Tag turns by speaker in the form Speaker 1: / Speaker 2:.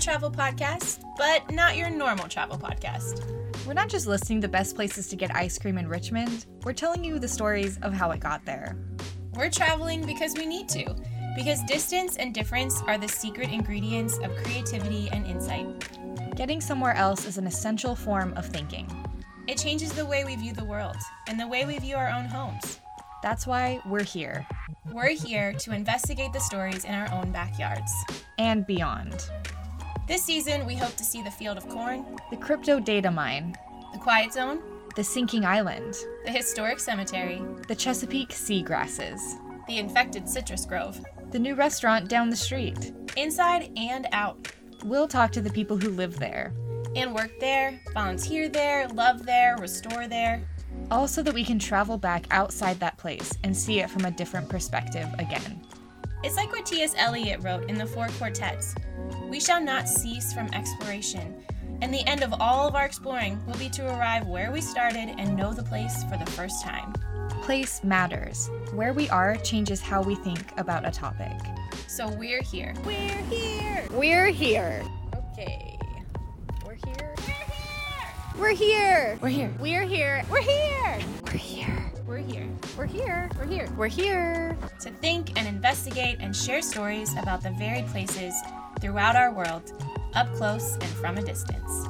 Speaker 1: travel podcast, but not your normal travel podcast.
Speaker 2: We're not just listing the best places to get ice cream in Richmond, we're telling you the stories of how it got there.
Speaker 1: We're traveling because we need to, because distance and difference are the secret ingredients of creativity and insight.
Speaker 2: Getting somewhere else is an essential form of thinking.
Speaker 1: It changes the way we view the world and the way we view our own homes.
Speaker 2: That's why we're here
Speaker 1: We're here to investigate the stories in our own backyards.
Speaker 2: and beyond.
Speaker 1: This season, we hope to see the field of corn,
Speaker 2: The crypto data mine,
Speaker 1: the quiet zone,
Speaker 2: the sinking island,
Speaker 1: the historic cemetery,
Speaker 2: the Chesapeake seagrasses,
Speaker 1: the infected citrus grove,
Speaker 2: the new restaurant down the street.
Speaker 1: inside and out.
Speaker 2: We'll talk to the people who live there,
Speaker 1: And work there, volunteer there, love there, restore there.
Speaker 2: all so that we can travel back outside that place and see it from a different perspective again.
Speaker 1: It's like what T.S. Eliot wrote in the Four Quartets We shall not cease from exploration, and the end of all of our exploring will be to arrive where we started and know the place for the first time.
Speaker 2: Place matters. Where we are changes how we think about a topic.
Speaker 1: So we're here. We're here!
Speaker 3: We're here.
Speaker 1: Okay.
Speaker 2: We're here.
Speaker 3: We're here.
Speaker 2: We're here.
Speaker 3: We're here. We're here. We're here. We're
Speaker 1: We're here
Speaker 3: here. We're here. We're here.
Speaker 1: to think and investigate and share stories about the varied places throughout our world, up close and from a distance.